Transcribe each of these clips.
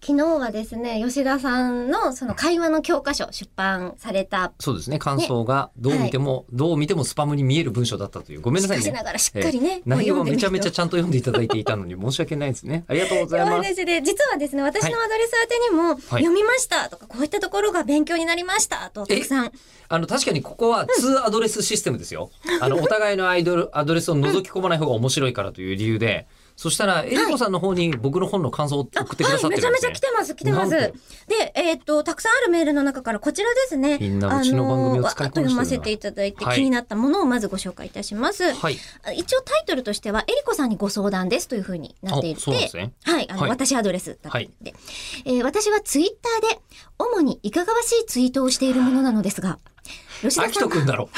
昨日はですね吉田さんのその会話の教科書出版されたそうですね。感想がどう見ても、どう見てもスパムに見える文章だったという。ごめんしなさかいしねな。がらしっかりね、えー内容はめちゃめちゃゃちゃんと読んでいただいていたのに申し訳ないで すね。ありがとうごおざいます。話で実はですね私のアドレス宛てにも、読みましたとかこういったところが勉強になりましたとたくさんあの、確かにここは2アドレスシステムですよ。あ の、お互いのアイドル、アドレスを覗き込まない方が面白いからという理由で、そしたら、えりこさんの方に僕の本の感想を送ってくださっめてるんちゃでめすちゃね来。てます来てますなんでとえーっとたくさんあるメールの中からこちらですねみんなうちの番組を使いこあのーわなしてるなーっと読ませていただいて、はい気になったものをまずご紹介いたします、はい。あ一応タイトルとしては「えりこさんにご相談です」というふうになっていあてそうなんですねはいあの、はい私アドレスだったはのいで、えー私はツイッターで主にいかがわしいツイートをしているものなのですが吉田あきさとんがくんだろ。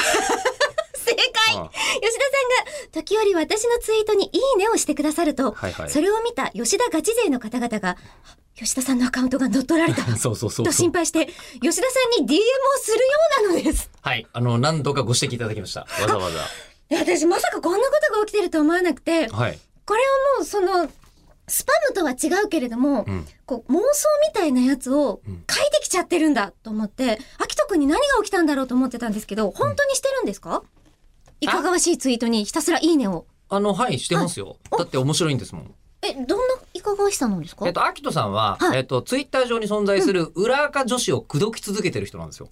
正解あ吉田さんが時折私のツイートに「いいね」をしてくださると、はいはいそれを見た吉田ガチ勢の方々が「吉田さんのアカウントが乗っ取られた」 そうそうそうとそう心。配して吉田さんに DM をするようなの です。はい。あの、何度かご指摘いただきました。わざわざ。いや私まさかこんなことが起きてると思わなくてはい。これはもうそのスパムとは違うけれども、うん。こう妄想みたいなやつを書いてきちゃってるんだと思って、あきとくんに何が起きたんだろうと思ってたんですけど本当にしてるんですか、いかがわしいツイートにひたすら「いいね」を。あの、はい、してますよ。だって面白いんですもん。え、どんないかがわしさなんですかえっと、アキトさんは、はいえっと、ツイッター上に存在する裏垢女子を口説き続けてる人なんですよ。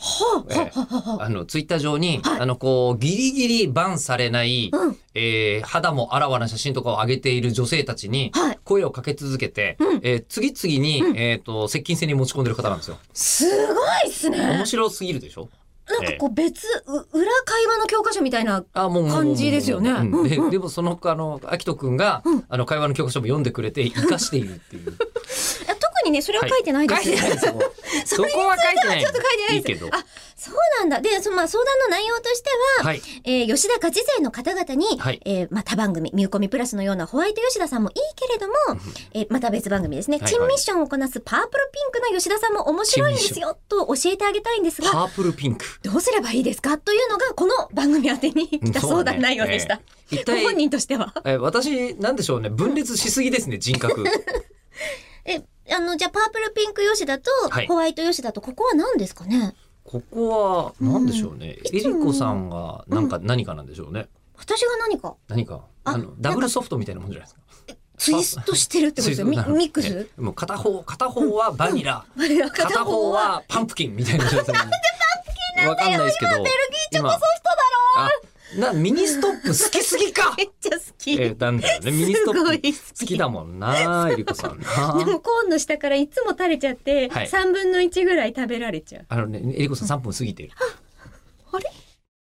はあ、ええはあ、はあ、はあ。あの、ツイッター上に、はいあの、こう、ギリギリバンされない、うんえー肌もあらわな写真とかを上げている女性たちにはい、声をかけ続けて、うんえー次々に、えっ、と、接近戦に持ち込んでる方なんですよ。すごいっすね。な面んか白すぎるでしょこう別、う裏会話の教科書みたいな。あ、もうもうもうもう感じですよねうんうんでうんでも、その、あの、アキトくんが、うんあの、会話の教科書も読んでくれて、活かしているっていう。いや特にね、それは書いてないです。書いてないですよ。そそれについてこは書いてはない。 ちょっと書いてないです。けど。あ、そうなんだ。で、そのまあ相談の内容としては、はい。えー吉田ガチ勢の方々に、はいえーまあ他番組、ミューコミプラスのようなホワイト吉田さんもいいけれども、えーまた別番組ですね、はいはいチンミッションをこなすパープルピンクの吉田さんも面白いんですよ、と教えてあげたいんですが、パープルピンク。どうすればいいですかというのがこの番組宛てに来た相談内容でした。うんそうねええ一体ご本人としては。え、私、なんでしょうね。分裂しすぎですね、人格。え、あの、じゃあパープルピンク吉田とはいホワイト吉田とここは何ですかねここは、なんでしょうね。うんえりこさんが、なんか、何かなんでしょうね。私が何か何か。ああの、ダブルソフトみたいなもんじゃないですか。ツイストしてるってことですよ。ミそういうことなのミックえスえもう片方、片方はバニラ。あれ片方はパンプキンみたいな状態。 なんでパンプキンなんわかんないですけど。ベルギーチョコソフトだろあ、な、ミニストップ好きすぎ か めっちゃ好き。えー、なんだよね。ミニストすごッいプ好きだも んな、えりこさんで。なもコーンの下からいつも垂れちゃって、はい3分の1ぐらい食べられちゃう。あのね、えりこさん3分過ぎてる。